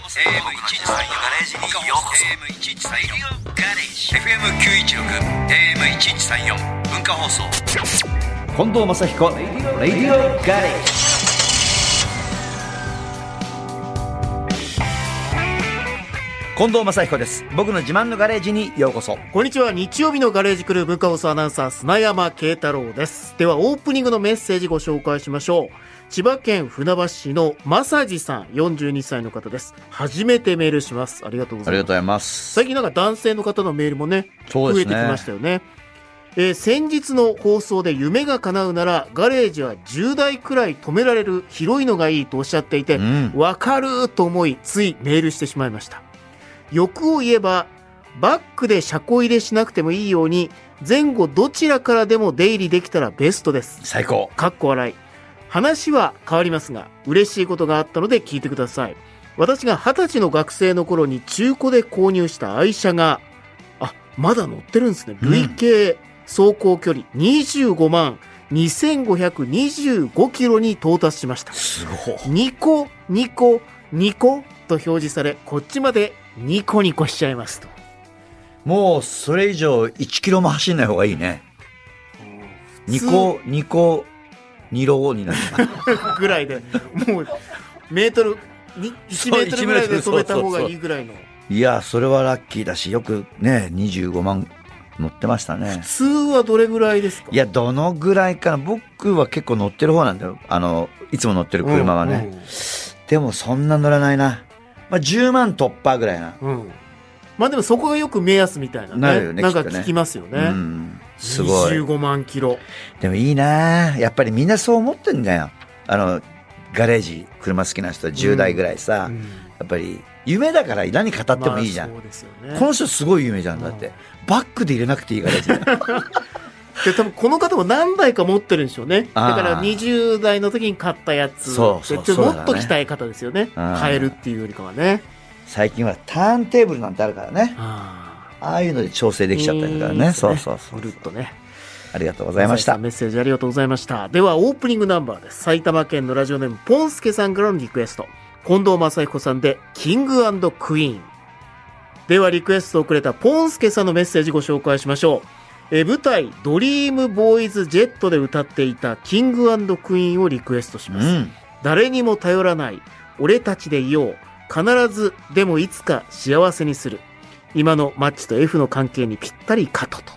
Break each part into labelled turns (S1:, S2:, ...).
S1: AM1134 ガレージにようこそ AM1134 ガレージ FM916 AM1134 文化放送
S2: 近藤正彦レディオガレージ近藤正彦です僕の自慢のガレージにようこそ
S3: こんにちは日曜日のガレージクルー文化放送アナウンサー砂山慶太郎ですではオープニングのメッセージご紹介しましょう千葉県船橋市のまさじさん42歳の方です初めてメールしますありがとうご
S2: あ
S3: ざ
S2: り
S3: い
S2: がとう
S3: ま
S2: ござ
S3: す
S2: います
S3: 最近なんか男性の方のメールもね
S2: そう
S3: 増
S2: で
S3: え
S2: す
S3: てき
S2: ね
S3: ましたよねえー先日の放送で夢が叶うならガレージは10台くらい止められる広いのがいいとおっしゃっていて、
S2: うん
S3: わかるーと思いついメールしてしまいました欲を言えばバックで車庫入れしなくてもいいように前後どちらからでも出入りできたらベストです
S2: 最高
S3: かっこ笑い話は変わりますが嬉しいことがあったので聞いてください私が二十歳の学生の頃に中古で購入した愛車があまだ乗ってるんですね
S2: うん
S3: 累計走行距離25万2525キロに到達しました
S2: すごい
S3: ニコニコニコと表示されこっちまでニコニコしちゃいますと
S2: もうそれ以上1キロも走んない方がいいね
S3: 普
S2: 2
S3: 通
S2: 個2個2ロになる
S3: ぐらいでもうメートルに1メートルぐらいで止めた方がいいぐらいの
S2: いやそれはラッキーだしよくね25万乗ってましたね
S3: 普通はどれぐらいですか
S2: いやどのぐらいかな僕は結構乗ってる方なんだよあのいつも乗ってる車はね、でもそんな乗らないな、まあ、10万突破ぐらいな、
S3: うん、うんまあでもそこがよく目安みたいなね
S2: なるよね
S3: なんか
S2: きっとね
S3: 聞きますよね
S2: うんすごい
S3: 25万キロ
S2: でもいいなやっぱりみんなそう思ってんだよあのガレージ車好きな人は10代ぐらいさ、
S3: うん
S2: やっぱり夢だから何語ってもいいじゃん、
S3: まあそうですよね
S2: この人すごい夢じゃんだって、
S3: うん
S2: バックで入れなくていいガレー ジだよ
S3: で多分この方も何台か持ってるんでしょうねだ
S2: あー
S3: から20代の時に買ったやつ
S2: そうそう
S3: でちょっ
S2: そ
S3: と
S2: うだね
S3: もっと着たい方ですよね
S2: うん
S3: 買えるっていうよりかはね
S2: 最近はターンテーブルなんてあるからね
S3: あー
S2: ああいうので調整できちゃったりとかね
S3: いいです
S2: そうそうそう
S3: ぐるっとね
S2: ありがとうございました
S3: メッセージありがとうございました。では、オープニングナンバーです。埼玉県のラジオネーム、ポンスケさんからのリクエスト。近藤正彦さんで、キングクイーン。では、リクエストをくれたポンスケさんのメッセージご紹介しましょう。えー舞台、ドリームボーイズジェットで歌っていたキングクイーンをリクエストし
S2: う
S3: ます。
S2: ん
S3: 誰にも頼らない俺たちでいよう必ずでもいつか幸せにする今のマッチと F の関係にぴったりかとと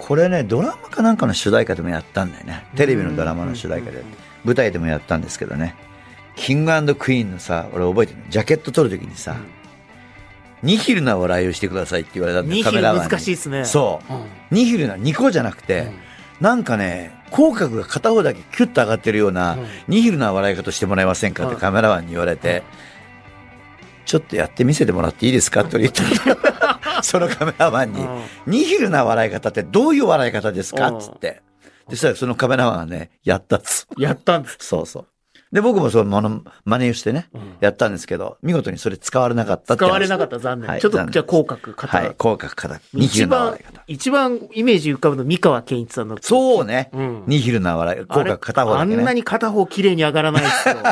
S2: これねドラマかなんかの主題歌でもやったんだよねテレビのドラマの主題歌で舞台でもやったんですけどねキングクイーンのさ俺覚えてるジャケット撮るときにさ、ニヒルな笑いをしてくださいって言われたんだ
S3: ニ
S2: よ
S3: ヒ
S2: カメ
S3: ル
S2: ラマンに
S3: 難しいですね、
S2: そううんニヒルなニコじゃなくて、なんかね口角が片方だけキュッと上がってるような、
S3: うん
S2: ニヒルな笑い方してもらえませんかって
S3: はい
S2: カメラマンに言われて、ちょっとやってみせてもらっていいですかって俺言った のそのカメラマンに、
S3: うん
S2: ニヒルな笑い方ってどういう笑い方ですか
S3: うん
S2: っつって。で、そしたらそのカメラマンがね、やったっつ。
S3: やったんです、
S2: そうそう。で、僕もそのもの真似をしてね、やったんですけど、見事にそれ使われなかったって
S3: 使
S2: 話
S3: われなかった残念、
S2: はい
S3: ちょっと
S2: 残念
S3: じゃあ口角肩、
S2: はい、口角肩。ニヒ
S3: 一
S2: ルな笑
S3: 番
S2: い方。
S3: 一番イメージ浮かぶの三河健一さんの
S2: そうね。
S3: うん
S2: ニヒルな笑い。口
S3: あれ
S2: 角片方だけ
S3: あんな
S2: ね。
S3: に片方綺麗に上がらな いですよね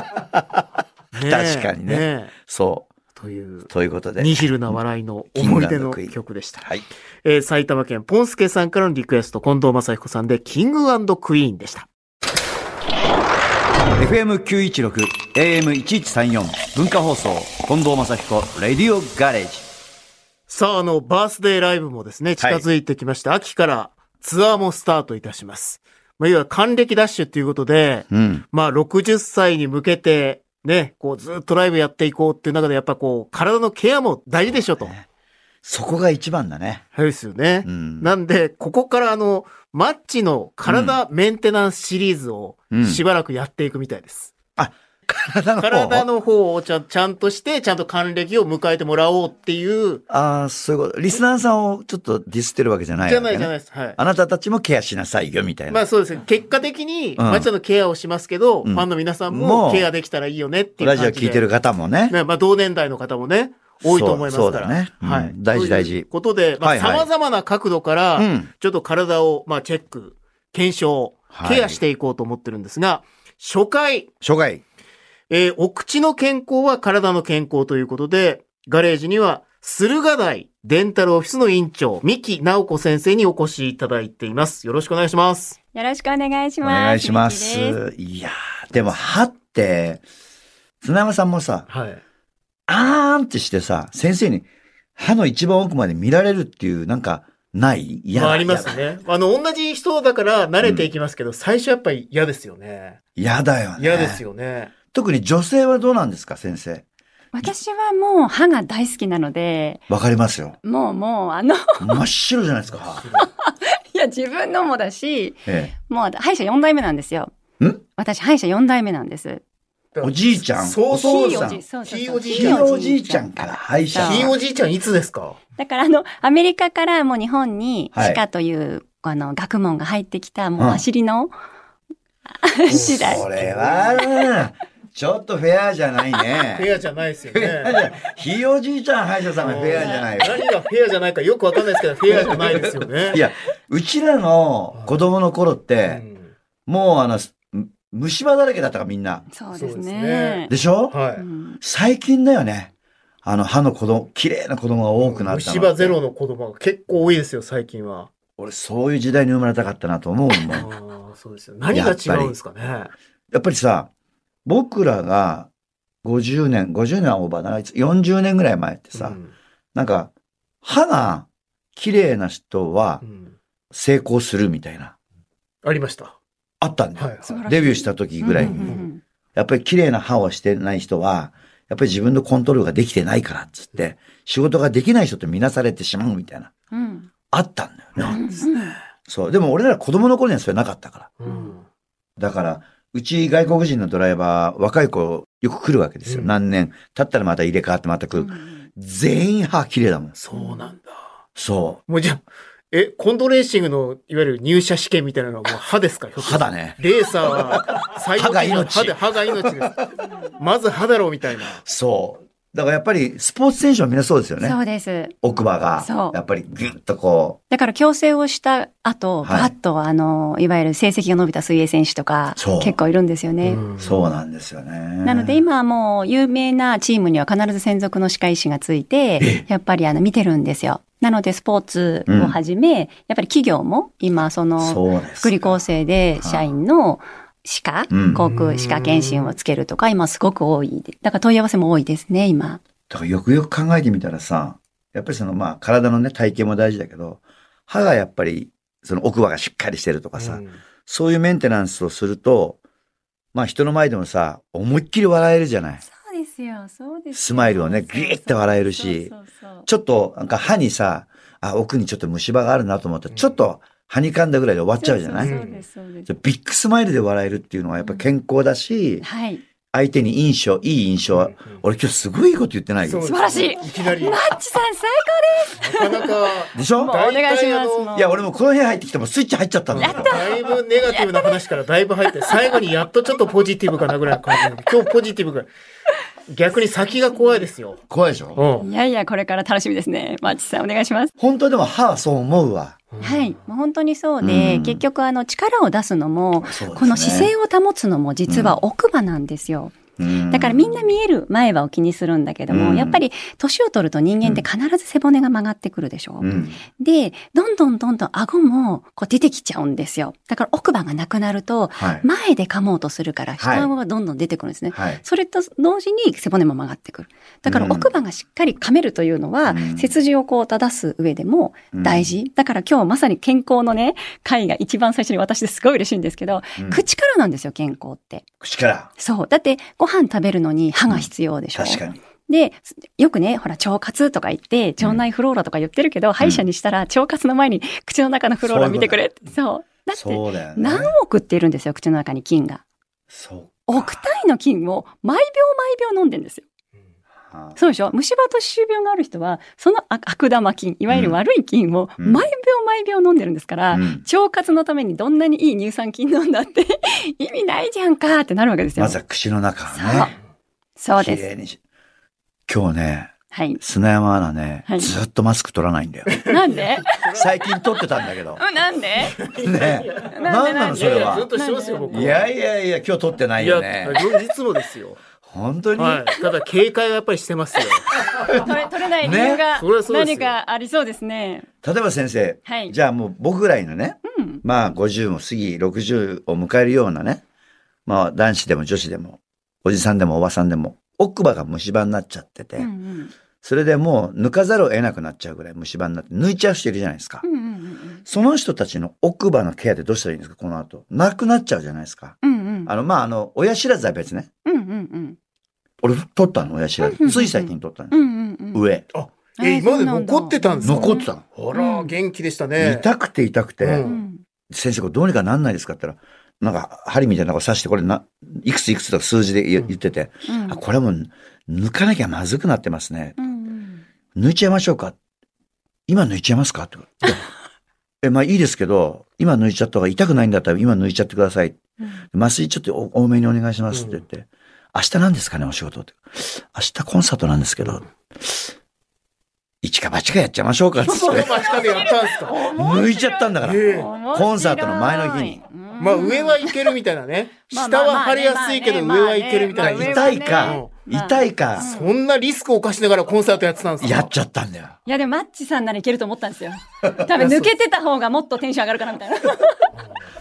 S3: え
S2: 確かにね
S3: え
S2: そ
S3: という
S2: う。ということで。
S3: ニヒルな笑いの思い出
S2: キング
S3: の
S2: クイーン
S3: 曲でした。
S2: はい。
S3: えー埼玉県ポンスケさんからのリクエスト、近藤正彦さんで、キングクイーンでした。
S2: FM916、AM1134、文化放送、近藤正彦、レディオガレージ。
S3: さあ、あの、バースデーライブもですね、近づいてきまして、秋からツアーもスタートいたします。まあ、いわゆる還暦ダッシュということで、
S2: うん。
S3: まあ、60歳に向けて、ね、こう、ずっとライブやっていこうっていう中で、やっぱこう、体のケアも大事でしょと。
S2: ねそこが一番だね。
S3: はいですよね。
S2: うん
S3: なんで、ここからあの、マッチの体メンテナンスシリーズを
S2: うん
S3: しばらくやっていくみたいです。
S2: あ、体の方
S3: 体の方をちゃんちゃんとして、ちゃんと還暦を迎えてもらおうっていう、
S2: ああ、そういうこと。リスナーさんをちょっとディスってるわけじゃない
S3: じゃ
S2: わけね
S3: ないじゃないです。はい。
S2: あなたたちもケアしなさいよ、みたいな。
S3: まあそうですね。結果的に、
S2: うん
S3: マッチさんのケアをしますけど、
S2: うん
S3: ファンの皆さん
S2: も
S3: も
S2: う
S3: ケアできたらいいよねっていう
S2: ラ
S3: 感じ
S2: ジオ
S3: で。
S2: 聞いてる方もね。
S3: ね、まあ同年代の方もね、多いと思いますから。
S2: そうそうだねうん
S3: はい。
S2: 大事大事
S3: ということで、ま
S2: は
S3: あ
S2: いはい
S3: 様々な角度か
S2: う
S3: ら、
S2: ん。
S3: ちょっと体を、まあチェック、検証、
S2: はい
S3: ケアしていこうと思ってるんですが、初回、
S2: 初回。
S3: えーお口の健康は体の健康ということで、ガレージには、駿河台デンタルオフィスの院長、三木直子先生にお越しいただいています。よろしくお願いします。
S4: よろしくお願いし
S2: お
S4: ます。
S2: 願いしま。
S4: みきです
S2: いやー、でも歯って、砂山さんもさ、
S3: はい。
S2: あーんってしてさ、先生に歯の一番奥まで見られるっていう、なんか、ない嫌
S3: まあ、
S2: だ。
S3: ありますね。あの、同じ人だから慣れていきますけど、最初やっぱり嫌ですよね。
S2: 嫌だよね。
S3: 嫌ですよね。
S2: 特に女性はどうなんですか、先生。
S4: 私はもう歯が大好きなので、
S2: わかります よ。
S4: もうもうあの、
S2: 真っ白じゃないですか、歯。
S4: いや自分のもだし、
S2: え
S4: もう歯医者4代目なんですよ。
S2: ん
S4: 私歯医者4代目なんです。
S2: え、おじいちゃん、
S3: そう
S2: お
S3: そう
S2: 父
S4: ひい
S2: さ
S4: お
S2: ん
S4: じ、そうそうそう
S3: ひいおじい
S2: ひい
S3: ちゃん
S2: おじいちゃんから歯医者。
S4: そう
S3: ひいおじいちゃんいつですか
S4: だからあの、アメリカからもう日本に
S2: はい
S4: 歯科という、あの、学問が入ってきた、も
S2: う
S4: うん走りの、次第。
S2: それは、ちょっとフェアじゃないね。
S3: フェアじゃないですよね。
S2: ひいおじいちゃん歯医者さんがフェアじゃないよ。
S3: 何がフェアじゃないかよくわかんないですけど、フェアじゃないですよね。
S2: いや、うちらの子供の頃っ
S3: う
S2: て、
S3: ん、
S2: もうあの、む虫歯だらけだったからみんな。
S4: そうです
S3: そうです
S4: ね
S3: ね。
S2: でしょ
S4: う
S3: は
S4: ん
S2: 最近だよね。あの歯の子供、綺麗な子供が
S3: い。
S2: 多くなったの。
S3: 虫歯ゼロの子供が結構多いですよ、最近は。
S2: 俺そういう時代に生まれたかったなと思うもん。
S3: ああ、そうですよ。何が違うんですかね。
S2: やっぱりさ、僕らが50年、50年はオーバーだな、40年ぐらい前ってさ、
S3: うん
S2: なんか、歯が綺麗な人は
S3: うん
S2: 成功するみたいな、
S3: ありました。
S2: あったんだよ。
S3: はい、
S4: 素晴
S3: は
S4: らしい
S2: デビューした時ぐらいに。
S4: うんうんうん
S2: やっぱり綺麗な歯をしてない人は、やっぱり自分のコントロールができてないからっつって、仕事ができない人と見なされてしまうみたいな、
S4: うん
S2: あったんだよね。
S4: うん
S2: そう。でも俺ら子供の頃にはそれなかったから。
S3: い。うん。
S2: だから、うち外国人のドライバー、若い子よく来るわけですよ。
S3: うん
S2: 何年経ったらまた入れ替わってまた来
S4: う
S2: る。
S4: ん
S2: 全員歯綺麗だもん。
S3: そうなんだ。
S2: そ
S3: もうじゃあ、え、コンドレーシングの、いわゆる入社試験みたいなのはもう歯ですか
S2: う。歯だ
S3: ね。
S2: ね。
S3: レーサーは、最
S2: 歯が命
S3: 歯で、歯が命です。まず歯だろうみたいな。
S2: そう。だからやっぱりスポーツ選手はみんなそうですよね
S4: そ。うです。
S2: 奥歯が
S4: そう、
S2: やっぱりぐっとこ
S4: だから矯正をした後、
S2: はい
S4: バッとあの、いわゆる成績が伸びた水泳選手とか
S2: そう、
S4: 結構いるんですよね。
S2: う、そうなんですよね。
S4: なので今はもう有名なチームには必ず専属の歯科医師がついて、やっぱりあの見てるんですよ。なのでスポーツをはじめ、やっぱり企業も今その
S2: そうです。
S4: 福利厚生で社員の歯科、
S2: うん
S4: 航空歯科検診をつけるとか今すごく多いで。だから問い合わせも多いですね、今。
S2: だからよくよく考えてみたらさ、やっぱりそのまあ体のね体型も大事だけど、歯がやっぱりその奥歯がしっかりしてるとかさ、
S3: うん
S2: そういうメンテナンスをすると、まあ人の前でもさ、思いっきり笑えるじゃない。
S4: そうですよ、そうです
S2: よスマイルをねそうそうそうギーって笑えるしそうちょっとなんか歯にさ、あ、奥にちょっと虫歯があるなと思ったら、
S3: うん
S2: ちょっと歯にかんだぐらいで終わっちゃうじゃない
S3: そう
S4: そうです、そうです
S2: じゃ。あビッグスマイルで笑えるっていうのはやっぱ健康だし、
S4: はい。
S2: 相手に印象、いい印象は、俺今日すごいこと言ってない
S3: そう
S2: よ
S3: で。す
S4: 素晴らしい
S3: いきな り、
S4: マ
S3: な
S4: ッチさん最
S3: かなか、
S2: でしょ
S4: 高もうお願いします。
S3: 大体あの
S4: もう
S2: いや、俺もこの辺入ってきてもスイッチ入っちゃったんだよ。
S3: だいぶネガティブな話からだいぶ入って、最後にやっとちょっとポジティブかなぐらいの感じで、今日ポジティブぐらい。逆に先が怖いですよ。
S2: 怖いでしょ
S3: うん。
S4: いやいや、これから楽しみですね。マッチさんお願いします。
S2: 本当でも歯はそう思うわ。
S4: はい。もう本当にそうで、
S2: うん
S4: 結局あの力を出すのも、
S2: そうですね
S4: この姿勢を保つのも実は奥歯なんですよ。だからみんな見える前歯を気にするんだけど
S2: う
S4: も、
S2: ん
S4: やっぱり年を取ると人間って必ず背骨が曲がってくるでしょ、
S2: うん、
S4: で、どんどんどんどん顎もこう出てきちゃうんですよ。だから奥歯がなくなると、
S2: はい。
S4: 前で噛もうとするか
S2: は
S4: ら
S2: い
S4: 下顎がどんどん出てくるんですね。
S2: はい。
S4: それと同時に背骨も曲がってくる。だから
S2: うん
S4: 奥歯がしっかり噛めるというのは、
S2: うん
S4: 背筋をこう正す上でも大事。だから今日まさに健康のね、会が一番最初に私ですごい嬉しいんですけど、
S2: うん。
S4: 口からなんですよ、健康って。
S2: 口から。
S4: そう。だってご飯食べるのに歯が必要でしょ。
S2: 確かに。
S4: で、よくね、ほら、腸活とか言って、腸内フローラとか言ってるけど、歯医者にしたら腸活の前に口の中のフローラ見てくれって。そう。だって、
S2: そうだよね。
S4: 何億っているんですよ、口の中に菌が。
S2: そう。
S4: 億単位の菌を毎秒毎秒飲んでんですよ。
S2: あ
S4: そうでしょ虫歯と歯周病がある人は、その悪悪玉菌、いわゆ
S2: う
S4: る
S2: ん
S4: 悪い菌を
S2: うん
S4: 毎秒毎秒飲んでるんですから、
S2: うん
S4: 腸活のためにどんなにいい乳酸菌飲んだって 意味ないじゃんかってなるわけですよ。
S2: まずは口の中をね。
S4: そう
S2: 綺
S4: です。
S2: 麗にし。今日ね、
S4: はい。
S2: 砂山アナね、
S4: はい
S2: ずっとマスク取らないんだよ。
S4: なんで
S2: 最近取ってたんだけど。
S4: うんなんで
S2: ね
S4: な
S2: 何なのそれ
S3: いやいやずっ
S2: は。
S3: としてますよ、僕。
S2: いやいやいや、今日取ってないよ
S3: い
S2: ね
S3: や。いつもですよ。
S2: 本当に、
S3: はい。ただ警戒はやっぱりしてますよ。
S4: 取れ取れない理由
S3: ね
S4: が
S3: そりゃそうですよ
S4: 何かありそうですね。
S2: 例えば先生、
S4: はい
S2: じゃあもう僕ぐらいのね、
S4: うん。
S2: まあ50も過ぎ、60を迎えるようなね、まあ男子でも女子でも、おじさんでもおばさんでも、奥歯が虫歯になっちゃってて、
S4: うんうん
S2: それでもう抜かざるを得なくなっちゃうぐらい虫歯になって、抜いちゃう人いるじゃないですか。
S4: うんうんうん
S2: その人たちの奥歯のケアってどうしたらいいんですかこの後。なくなっちゃうじゃないですか。
S4: うんうん
S2: あの、まあ、あの、親知らずは別ね。
S4: うんうん
S2: 俺、取ったの、親知ら
S4: うんうんう
S2: ず。つ
S4: ん
S2: い最近取ったん
S4: う
S2: です。
S4: んうんうん
S2: 上。
S4: え
S3: え、
S4: え
S3: 今まで
S4: そうなんだ
S3: 残ってたんですか
S2: 残ってたの。
S3: あら、元気でしたね。
S2: 痛くて痛く
S3: う
S2: て
S4: う、ん
S2: 先生、これどうにかなんないですかって言ったら、なんか、針みたいなのを刺して、これな、いくついくつとか数字で言
S3: うん
S2: 言ってて、
S4: うん
S2: あ、これもう抜かなきゃまずくなってますね。
S4: うんうん
S2: 抜いちゃいましょうか。今抜いちゃいますかって。いやえ、まあいいですけ ど、今抜いちゃった方が痛くないんだったら今抜いちゃってください。
S4: うん
S2: 麻酔ちょっとお多めにお願いしますって言って、明日なんですかね、お仕事って。明日コンサートなんですけど、一か八かやっちゃいましょうかっつっ
S3: その
S2: て。
S3: 間近でやったんですか。
S2: 抜いちゃったんだから。
S3: ええ
S2: コンサートの前の日に。
S4: 面白い
S3: まあ上はいけるみたいなね。
S4: まあ
S3: 下は張りやすいけど
S4: まあ
S3: 上
S4: まあ
S3: はいけるみたい
S4: まあ
S3: な。
S4: ね
S2: 痛いか、
S4: まあ
S2: 痛いか、
S4: まあ
S3: そんなリスクを犯しながらコンサートやってたんですか
S2: やっちゃったんだよ。
S4: いやでもマッチさんならいけると思ったんですよ。多分抜けてた方がもっとテンション上がるかなみたいな。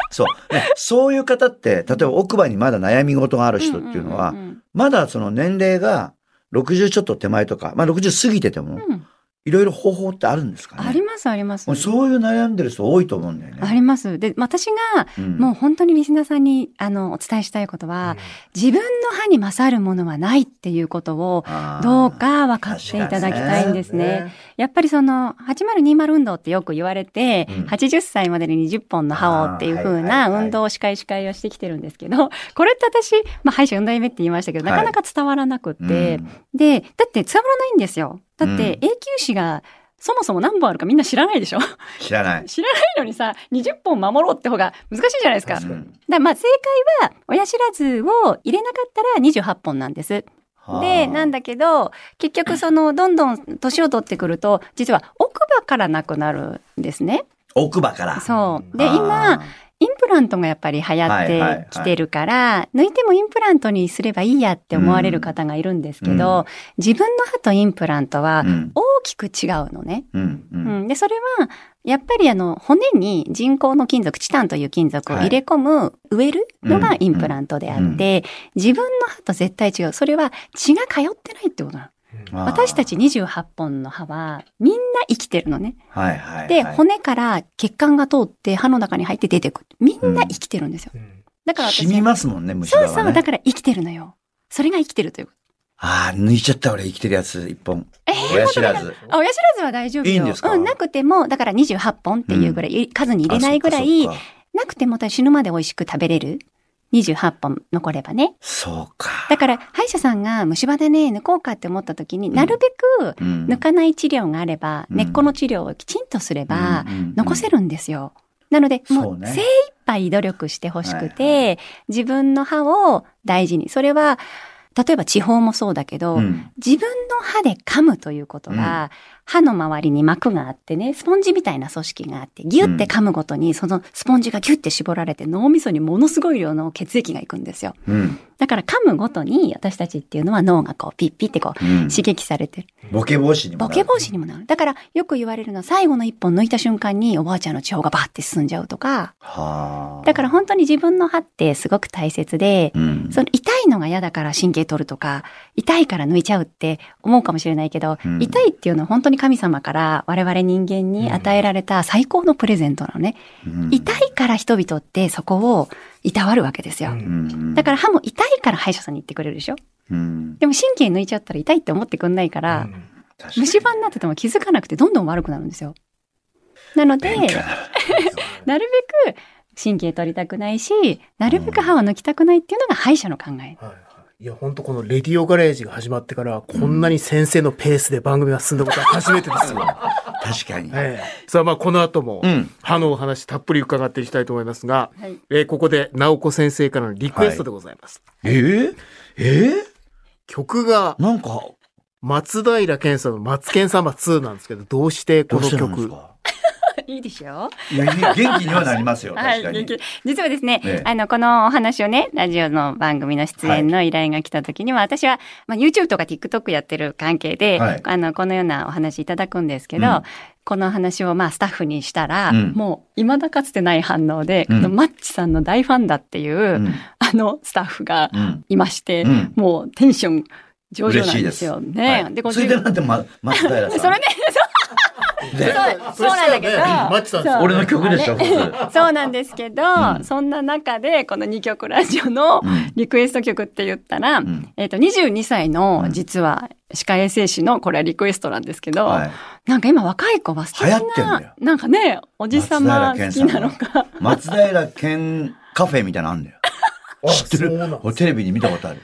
S2: そう、ね。そういう方って、例えば奥歯にまだ悩み事がある人っていうのは、
S4: んん
S2: まだその年齢が60ちょっと手前とか、まあ60過ぎてても
S4: うん、うん
S2: いろいろ方法ってあるんですかね。
S4: ありますあります。
S2: もうそういう悩んでる人多いと思うんだよね。
S4: あります。で、私が
S2: うん
S4: もう本当にリスナーさんにあのお伝えしたいことは、自分の歯に勝るものはないっていうことを
S2: あー
S4: どうか分かっていただきたいんですね。。やっぱりその8020運動ってよく言われて、
S2: うん
S4: 80歳までに20本の歯をっていう
S2: あーは
S4: 風な
S2: いはいはい
S4: 運動を司会司会をしてきてるんですけど、 これって私、まあ、歯医者4代目って言いましたけど、
S2: はい
S4: なかなか伝わらなくって、
S2: うん
S4: で、だって伝わらないんですよ。だって
S2: う
S4: 永久歯がそもそも何本あるかみんな知らないでしょ ない
S2: 知らない。
S4: のにさ、20本守ろうって方が難しいじゃないですか。
S2: う
S4: だか
S2: ん
S4: らまあ正解は、親知らずを入れなかったら28本なんです。で、なんだけど、結局その、どんどん年を取ってくると、実は奥歯からなくなるんですね。
S2: 奥歯から。
S4: そう。で、
S2: あー
S4: 今、、インプラントがやっぱり流行ってきてるから、抜いてもインプラントにすればいいやって思われる方がいるんですけど、
S2: う
S4: 自分の歯とインプラントは
S2: うん
S4: 大きく違うのね。
S2: うんう
S4: うんん、で、それは、やっぱりあの、骨に人工の金属、チタンという金属を入れ込む、植えるのがインプラントであって、自分の歯と絶対違う。それは血が通ってないってことなの。
S2: あー
S4: 私たち28本の歯はみんな生きてるのね。
S2: はいはいはい。
S4: で、骨から血管が通って歯の中に入って出てくる。みんな生きてるんですよ。だから私。
S2: 染みますもんね、虫歯
S4: そ
S2: は
S4: う
S2: ね。
S4: そう、だから生きてるのよ。それが生きてるというこ
S2: ああ、抜いちゃった俺生きてるやつ、一本。
S4: と。え
S2: 親知らず。
S4: あ、親知らずは大丈夫よ。
S2: いいんですか
S4: うん、なくても、だから28本っていうぐらい、数に入れないぐらい
S2: あ、
S4: なくても死ぬまで美味しく食べれる。28本残ればね。
S2: そうか。
S4: だから、歯医者さんが虫歯でね、抜こうかって思った時に、なるべく
S2: うん、
S4: 抜かない治療があれば、
S2: うん
S4: 根っこの治療をきちんとすれば、
S2: うんうんうん
S4: 残せるんですよ。なので、も
S2: そう
S4: う
S2: ね
S4: 精一杯努力してほしくて、自分の歯を大事に。それは、例えば地方もそうだけど、
S2: うん
S4: 自分の歯で噛むということは、歯の周りに膜があってね、スポンジみたいな組織があって、ギュって噛むごとに、そのスポンジがギュって絞られて、脳みそにものすごい量の血液がいくんですよ。
S2: うん。
S4: だから噛むごとに、私たちっていうのは脳がこう、ピッピってこう、
S2: うん
S4: 刺激されてる。
S2: ボケ防止にも
S4: ボ
S2: なる。
S4: ケ防止にもなる。だから、よく言われるのは、最後の一本抜いた瞬間におばあちゃんの血がバーって進んじゃうとか、
S2: はあ。
S4: だから本当に自分の歯ってすごく大切で、
S2: うん、
S4: その痛いのが嫌だから神経取るとか、痛いから抜いちゃうって思うかもしれないけど、
S2: うん
S4: 痛いっていうのは本当に神様から我々人間に与えられた最高のプレゼントなのね。
S2: うん
S4: 痛いから人々ってそこをいたわるわけですよ。
S3: うん
S2: うん
S4: だから歯も痛いから歯医者さんに行ってくれるでしょ
S2: うん。
S4: でも神経抜いちゃったら痛いって思ってくんないから、
S2: 確かに
S4: 虫歯になってても気づかなくてどんどん悪くなるんですよ。なので、
S2: 勉強になる
S4: なるべく神経取りたくないし、なるべく歯は抜きたくないっていうのが歯医者の考え。
S3: はいはいいや、本当このレディオガレージが始まってから、こんなに先生のペースで番組が進んだこと は初めてですよ。
S2: 確かに。
S3: ええさあ、まあ、この後も
S2: うん、
S3: 歯のお話たっぷり伺っていきたいと思いますが、
S4: はい
S3: えーここで、直子先生からのリクエストでございます。
S2: えー、えー、
S3: 曲が、
S2: なんか、
S3: 松平健さんの松健様2なんですけど、どうして
S2: ど
S3: こ
S2: う
S3: の
S2: してなんです
S3: 曲
S2: か
S4: いいでしょ
S2: いや元気にはなりますよ。
S4: は
S2: 確
S4: い、
S2: か
S4: 元
S2: に。
S4: 気実はですね、
S2: ええ
S4: あの、このお話をね、ラジオの番組の出演の依頼が来た時には、私は、まあ、YouTube とか TikTok やってる関係で、
S2: はい
S4: あの、このようなお話いただくんですけど、
S2: うん
S4: この話をまあスタッフにしたら、
S2: うん
S4: もう未だかつてない反応で、
S2: うん
S4: このマッチさんの大ファンだっていう、
S2: うん
S4: あのスタッフが
S2: うん
S4: いまして、
S2: うん
S4: もうテンション上々
S2: 嬉
S4: な
S2: し
S4: ん
S2: い
S4: で
S2: ですす。
S4: よね。
S2: はい
S4: で、こっ
S2: そ
S4: ち
S2: れでなんてま松平 さん。
S4: それね、
S2: ね
S4: そうなんだけど
S3: マッチさんですよ
S2: 俺の曲でしょ。普通
S4: そうなんですけど、
S2: うん
S4: そんな中でこの2曲ラジオの
S2: うん
S4: リクエスト曲って言ったら、
S2: ん
S4: えっ、と、22歳
S2: う
S4: の
S2: ん
S4: 実は歯科衛生士のこれはリクエストなんですけど、
S2: はい。
S4: なんか今若い子は素敵
S2: 流行ってんだよ
S4: な、なんかね、おじさま
S2: 松平健
S4: 好き
S2: さん
S4: なのか。
S2: 松平健カフェみたいなのあんだ よ。
S3: あ
S2: 知って
S3: そう
S2: る
S3: なんです。
S2: 俺テレビに見たことある。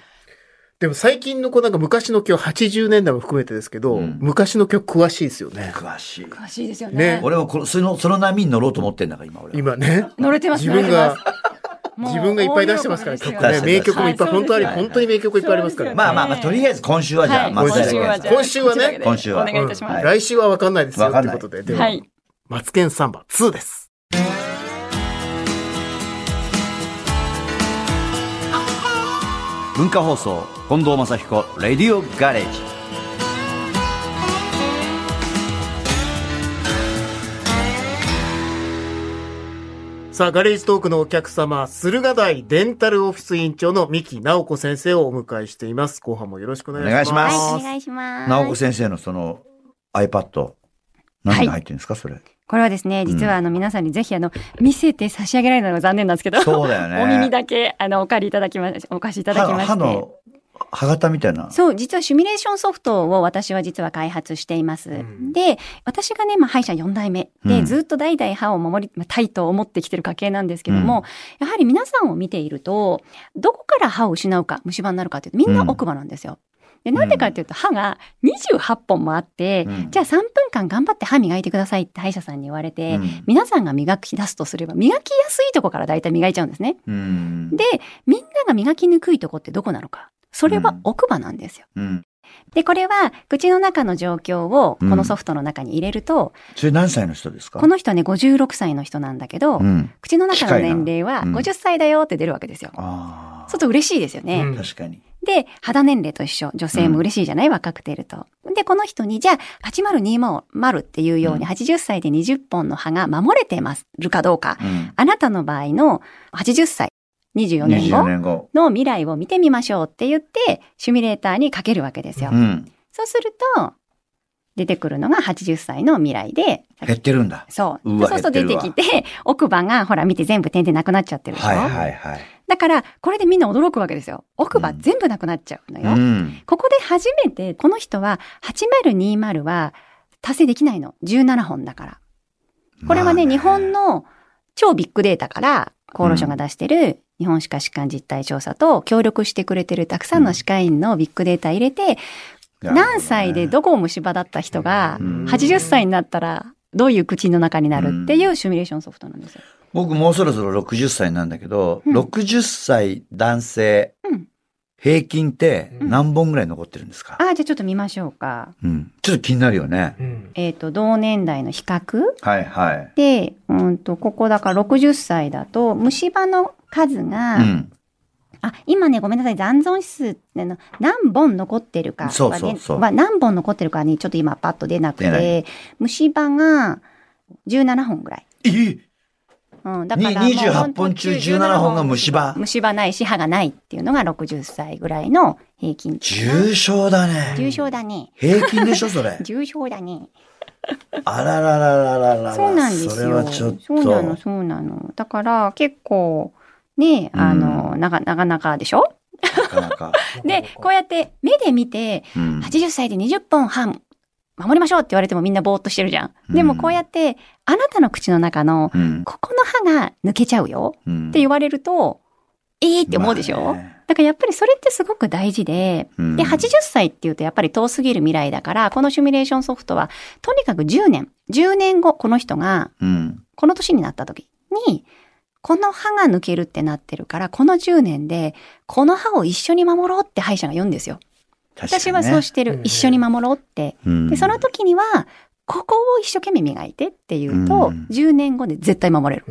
S3: でも最近の子なんか昔の今日80年代も含めてですけど、
S2: うん
S3: 昔の曲詳しいですよね。
S2: 詳しい。
S4: 詳しいですよね。
S3: ね
S2: 俺はこのそのその波に乗ろうと思ってんだから今俺は。
S3: 今ね。
S4: 乗れてます、
S3: 自分が
S4: 乗れてます、
S3: 自分がいっぱい出してますから、
S4: もう大
S3: 曲
S4: 喜びで
S3: ね。
S4: すよ
S3: 名曲もいっぱい、
S4: はい
S3: 本当あり、
S2: よ
S4: そうです
S3: 本当に名曲いっぱいありますから。
S4: そうですよ
S2: まあまあまあとりあえず今週はじゃあ
S4: はい
S2: 松
S3: 今
S2: 平
S3: 週は
S2: 健
S3: じ
S2: さ
S3: ゃ
S2: ん。
S3: 今週はね
S2: 今週は
S4: お願いいたします。
S2: は
S3: 来週は分かんないですよってことで。では、
S4: はい。
S3: マツケンサンバ2です。
S2: 文化放送近藤正彦レディオガレージ。
S3: さあ、ガレージトークのお客様、駿河台デンタルオフィス委員長の三木直子先生をお迎えしています。後半もよろしくお願いします。
S2: お願いし
S4: は
S2: ま
S4: い、お願いします。
S2: 直子先生のその iPad 何が入ってるんですかそれ。
S4: これはですね、実はあの皆さんにぜひあの、見せて差し上げられないのが残念なんですけど、
S2: そうだよね。
S4: お耳だけあのお借りいただきま、お貸しいただきまして。
S2: 歯歯の歯型みたいな。
S4: そう、実はシミュレーションソフトを私は実は開発しています。
S3: ん
S4: で、私がね、まあ、歯医者4代目で、
S2: うん
S4: ずっと代々歯を守り、まあ、たいと思ってきてる家系なんですけども、やはり皆さんを見ていると、どこから歯を失うか、虫歯になるかっていうと、みんな奥歯なんですよ。で、なんでかっていうと、歯が28本もあって、
S2: うん
S4: じゃあ3分間頑張って歯磨いてくださいって歯医者さんに言われて、
S2: うん
S4: 皆さんが磨き出すとすれば、磨きやすいとこから大体磨いちゃうんですね。
S2: うん
S4: で、みんなが磨きにくいとこってどこなのか。それ
S2: う
S4: は
S2: ん
S4: 奥歯なんですよ。
S2: うん
S4: で、これは、口の中の状況を、このソフトの中に入れると、
S2: それ何歳の人ですか
S4: この人はね、56歳の人なんだけど、
S2: うん。
S4: 口の中の年齢は
S2: 近いなうん
S4: 50歳だよって出るわけですよ。
S2: あ
S4: そ
S2: あ
S4: うする。と嬉しいですよね。
S3: うん
S2: 確かに。
S4: で、肌年齢と一緒。女性も嬉しいじゃない、若くていると。で、この人に、じゃあ、8020っていうように、
S2: う
S4: 80歳で20本の歯が守れてまするかどうか。
S2: うん。
S4: あなたの場合の80歳、24年
S2: 24
S4: 後
S2: 年後。
S4: の未来を見てみましょうって言って、シミュレーターにかけるわけですよ。
S2: うん。
S4: そうすると、出てくるのが80歳の未来で、
S2: 減ってるんだ。
S4: そう。
S2: う
S4: そ
S2: わ
S4: うすると出て
S2: 減って
S4: きて、 奥歯がほら見て全部点でなくなっちゃってるでしょ、
S2: はいはいはい。
S4: だから、これでみんな驚くわけですよ。奥歯
S2: うん
S4: 全部なくなっちゃうの
S2: う
S4: よ。
S2: ん。
S4: ここで初めて、この人は8020は達成できないの。17本だから。これはね、
S2: まあ
S4: 日本。の超ビッグデータから、厚労省が出してる日本歯科疾患実態調査と協力してくれてるたくさんの歯科医院のビッグデータ入れて、何歳でどこを虫歯だった人が
S2: うん
S4: 80歳になったらどういう口の中になるっていうシミュレーションソフトなんですよ。
S2: 僕もうそろそろ60歳なんだけど、
S4: うん
S2: 60歳男性、
S4: うん
S2: 平均って
S3: うん
S2: 何本ぐらい残ってるんですか
S4: あ、じゃあちょっと見ましょうか。
S2: うん。ちょっと気になるよね。
S3: うん
S4: えっ、と、同年代の比較
S2: はいはい。
S4: で、うんと、ここだから60歳だと虫歯の数が、
S2: うん。
S4: あ、今ね、ごめんなさい、残存指数っての何本残ってるかは、ね、
S2: そうそうそう
S4: は何本残ってるかにちょっと今パッと出なく
S2: 出な
S4: て、虫歯が17本ぐらい。
S2: え
S4: うん、だから
S2: に
S4: もう
S2: 28本中17本が虫歯。
S4: 虫歯ないし歯がないっていうのが60歳ぐらいの平均値かな。
S2: 重症だね。
S4: 重症だね。。
S2: 平均でしょ、それ
S4: 重症だね。
S2: あららららららら。
S4: そうなんですよ。
S2: それはちょっと。
S4: そうなの、そうなの。だから結構、ねあの、
S2: う
S4: なかなかなかでしょ
S2: なかなか。
S4: で、こうやって目で見て、
S2: うん
S4: 80歳で20本半守りましょうって言われてもみんなぼーっとしてるじゃん。でもこうやって、あなたの口の中の、
S2: うん
S4: ここの歯が抜けちゃうよ
S2: うん
S4: って言われると、えーって思うでし
S2: まあ
S4: ょ
S2: ね
S4: だからやっぱりそれってすごく大事で、
S2: うん
S4: で、80歳っていうとやっぱり遠すぎる未来だから、このシミュレーションソフトは、とにかく10年、10年後、この人が、
S2: うん
S4: この年になった時に、この歯が抜けるってなってるから、この10年で、この歯を一緒に守ろうって歯医者が言うんですよ。
S2: 確かにね
S4: 私はそうして
S3: うん
S4: る
S3: う。ん
S4: 一緒に守ろうって。
S2: うん
S4: で、その時には、ここを一生懸命磨いてっていうと、
S2: うん
S4: 10年後で絶対守れる。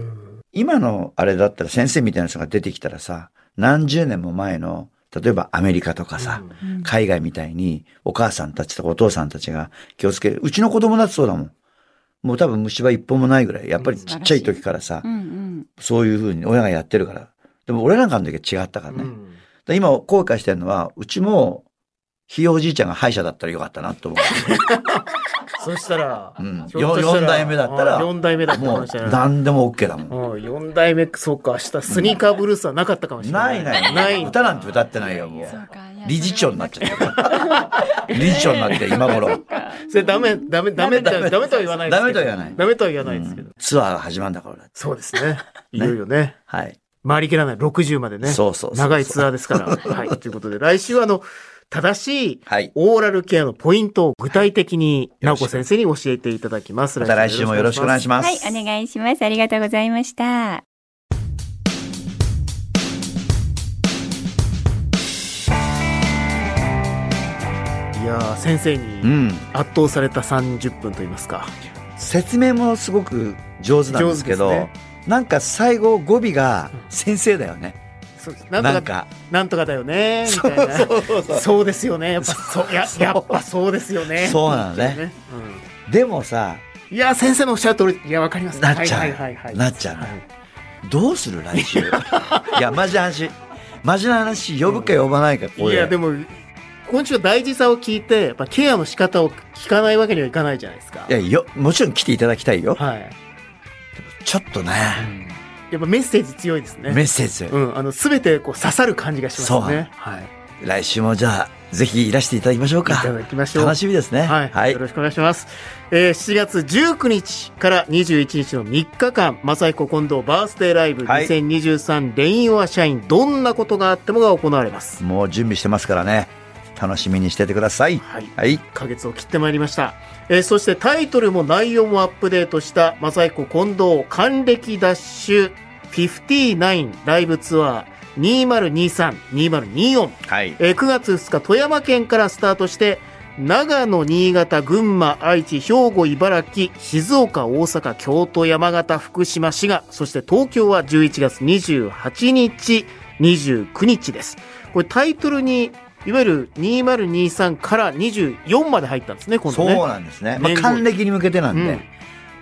S2: 今のあれだったら先生みたいな人が出てきたらさ、何十年も前の、例えばアメリカとかさ、
S4: うん
S2: 海外みたいにお母さんたちとかお父さんたちが気をつける。うちの子供だってそうだもん。もう多分虫歯一本もないぐらい。やっぱりちっちゃい時からさ
S4: う、んうん
S2: そういうふうに親がやってるから。でも俺なんかの時は違ったからね。だから今後悔してるのは、うちも、ひいおじいちゃんが歯医者だったらよかったなと思
S3: そしたら、
S2: うん
S3: ひょっとした
S2: よ
S3: ら
S2: ん代目だったら
S3: あ4代目だっ
S2: う。
S3: たか
S2: も
S3: も
S2: う
S3: しれない。
S2: 何でも OK だもん。
S3: うん、4代目、そうか、明日スニーカーブルースはなかったかもしれな。
S2: ないいない。
S3: ない。
S2: 歌なんて歌ってないよ、もう。
S4: そうかいや
S2: 理事長になっちゃった。理事長になって、今頃。
S3: それダメ、ダメ、ダメ、ダメダメとは言わないですけど。
S2: ダメとは言わない
S3: ダメとは言わないですけど。
S2: うんツアーが始まるんだから。
S3: そうですね。いよいよね。
S2: はい。
S3: 回りきらない60までね。
S2: そうそうそうそう
S3: 長いツアーですから。はい。ということで、来週はあの、正しい
S2: はい。
S3: オーラルケアのポイントを具体的に、
S2: よ
S3: 直
S2: ろしく
S3: 子先生に教えていただきます。
S2: また来週もよろしくお願いします。
S4: はい、お願いします。ありがとうございました。
S3: いやー先生
S2: うん。
S3: に圧倒された30分と言いますか。
S2: 説明もすごく上手なんですけど、
S3: 上手で
S2: なんか最後語尾が先生だよね。
S3: そうです。な
S2: なん
S3: と
S2: ん
S3: か、
S2: か。
S3: なんとかだよね、みたいな。そう
S2: そうそう
S3: ですよね。やっぱ、そう、や、
S2: そう
S3: やっぱそうですよね。
S2: そうなのねでもさ、
S3: うん。いやー先生のおっしゃる通り、いや、わかります。
S2: なっちゃう
S3: はいはいはいはい
S2: なっちゃうね
S3: はい
S2: どうする来 週。いや、マジな話。マジな話、呼ぶか呼ばないか、こ
S3: いやで
S2: も。
S3: も今週大事さを聞いてやっぱケアの仕方を聞かないわけにはいかないじゃないですか
S2: いや、よ、もちろん来ていただきたいよ。
S3: はい、
S2: ちょっとね、
S3: やっぱメッセージ強いですね
S2: メッセージ
S3: う。んあの全てこう刺さる感じがしますねはい
S2: 来週もじゃあ、ぜひいらしていただきましょう
S3: い
S2: か。
S3: ただきましょう
S2: 楽しみですね。
S3: はい、よろしくお願いします、えー、7月19日から21日の3日間「雅彦近藤バースデーライブ
S2: はい
S3: 2023レインオア社員どんなことがあっても」が行われます
S2: もう準備してますからね。楽しみにしててください。
S3: はい
S2: はい。
S3: 1ヶ月を切ってまいりました、えーそしてタイトルも内容もアップデートした「雅彦近藤還暦ダッシュ59ライブツアー2023-2024」
S2: はい。
S3: えー9月2日富山県からスタートして長野新潟群馬愛知兵庫茨城静岡大阪京都山形福島滋賀そして東京は11月28日29日ですこれタイトルにいわゆる2023から24まで入ったんですね今
S2: そう
S3: 度ね
S2: なんですね。まあ、
S3: 年号
S2: 還暦に向けてなんで。
S3: うん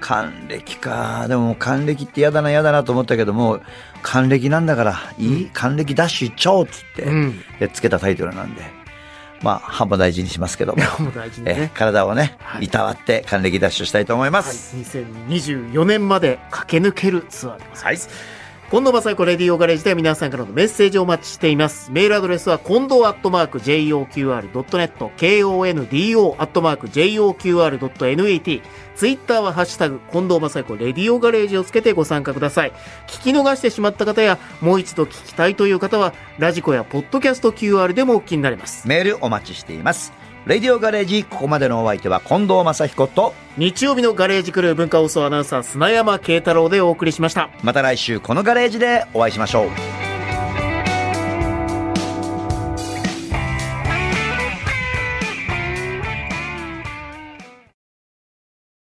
S2: 還暦か。でも、還暦って嫌だな、嫌だなと思ったけども、還暦なんだから、いい、還暦ダッシュいっちゃおうっつって、
S3: うん
S2: で、つけたタイトルなんで。まあ、歯も大事にしますけども。
S3: もう大事に
S2: え
S3: ね、
S2: 体をね、
S3: はい
S2: い、たわって還暦ダッシュしたいと思いま
S3: はい、
S2: す。
S3: 2024年まで駆け抜けるツアーでございます。近藤正彦レディオガレージでは皆さんからのメッセージをお待ちしています。メールアドレスは近藤アットマーク JOQR.net、KONDO アットマーク JOQR.net、ツイッターはハッシュタグ、近藤正彦レディオガレージをつけてご参加ください。聞き逃してしまった方や、もう一度聞きたいという方は、ラジコやポッドキャスト QR でもお聞きになれます。
S2: メールお待ちしています。レディオガレージ、ここまでのお相手は近藤正彦と、
S3: 日曜日のガレージクルー文化放送アナウンサー、砂山慶太郎でお送りしました。
S2: また来週このガレージでお会いしましょう。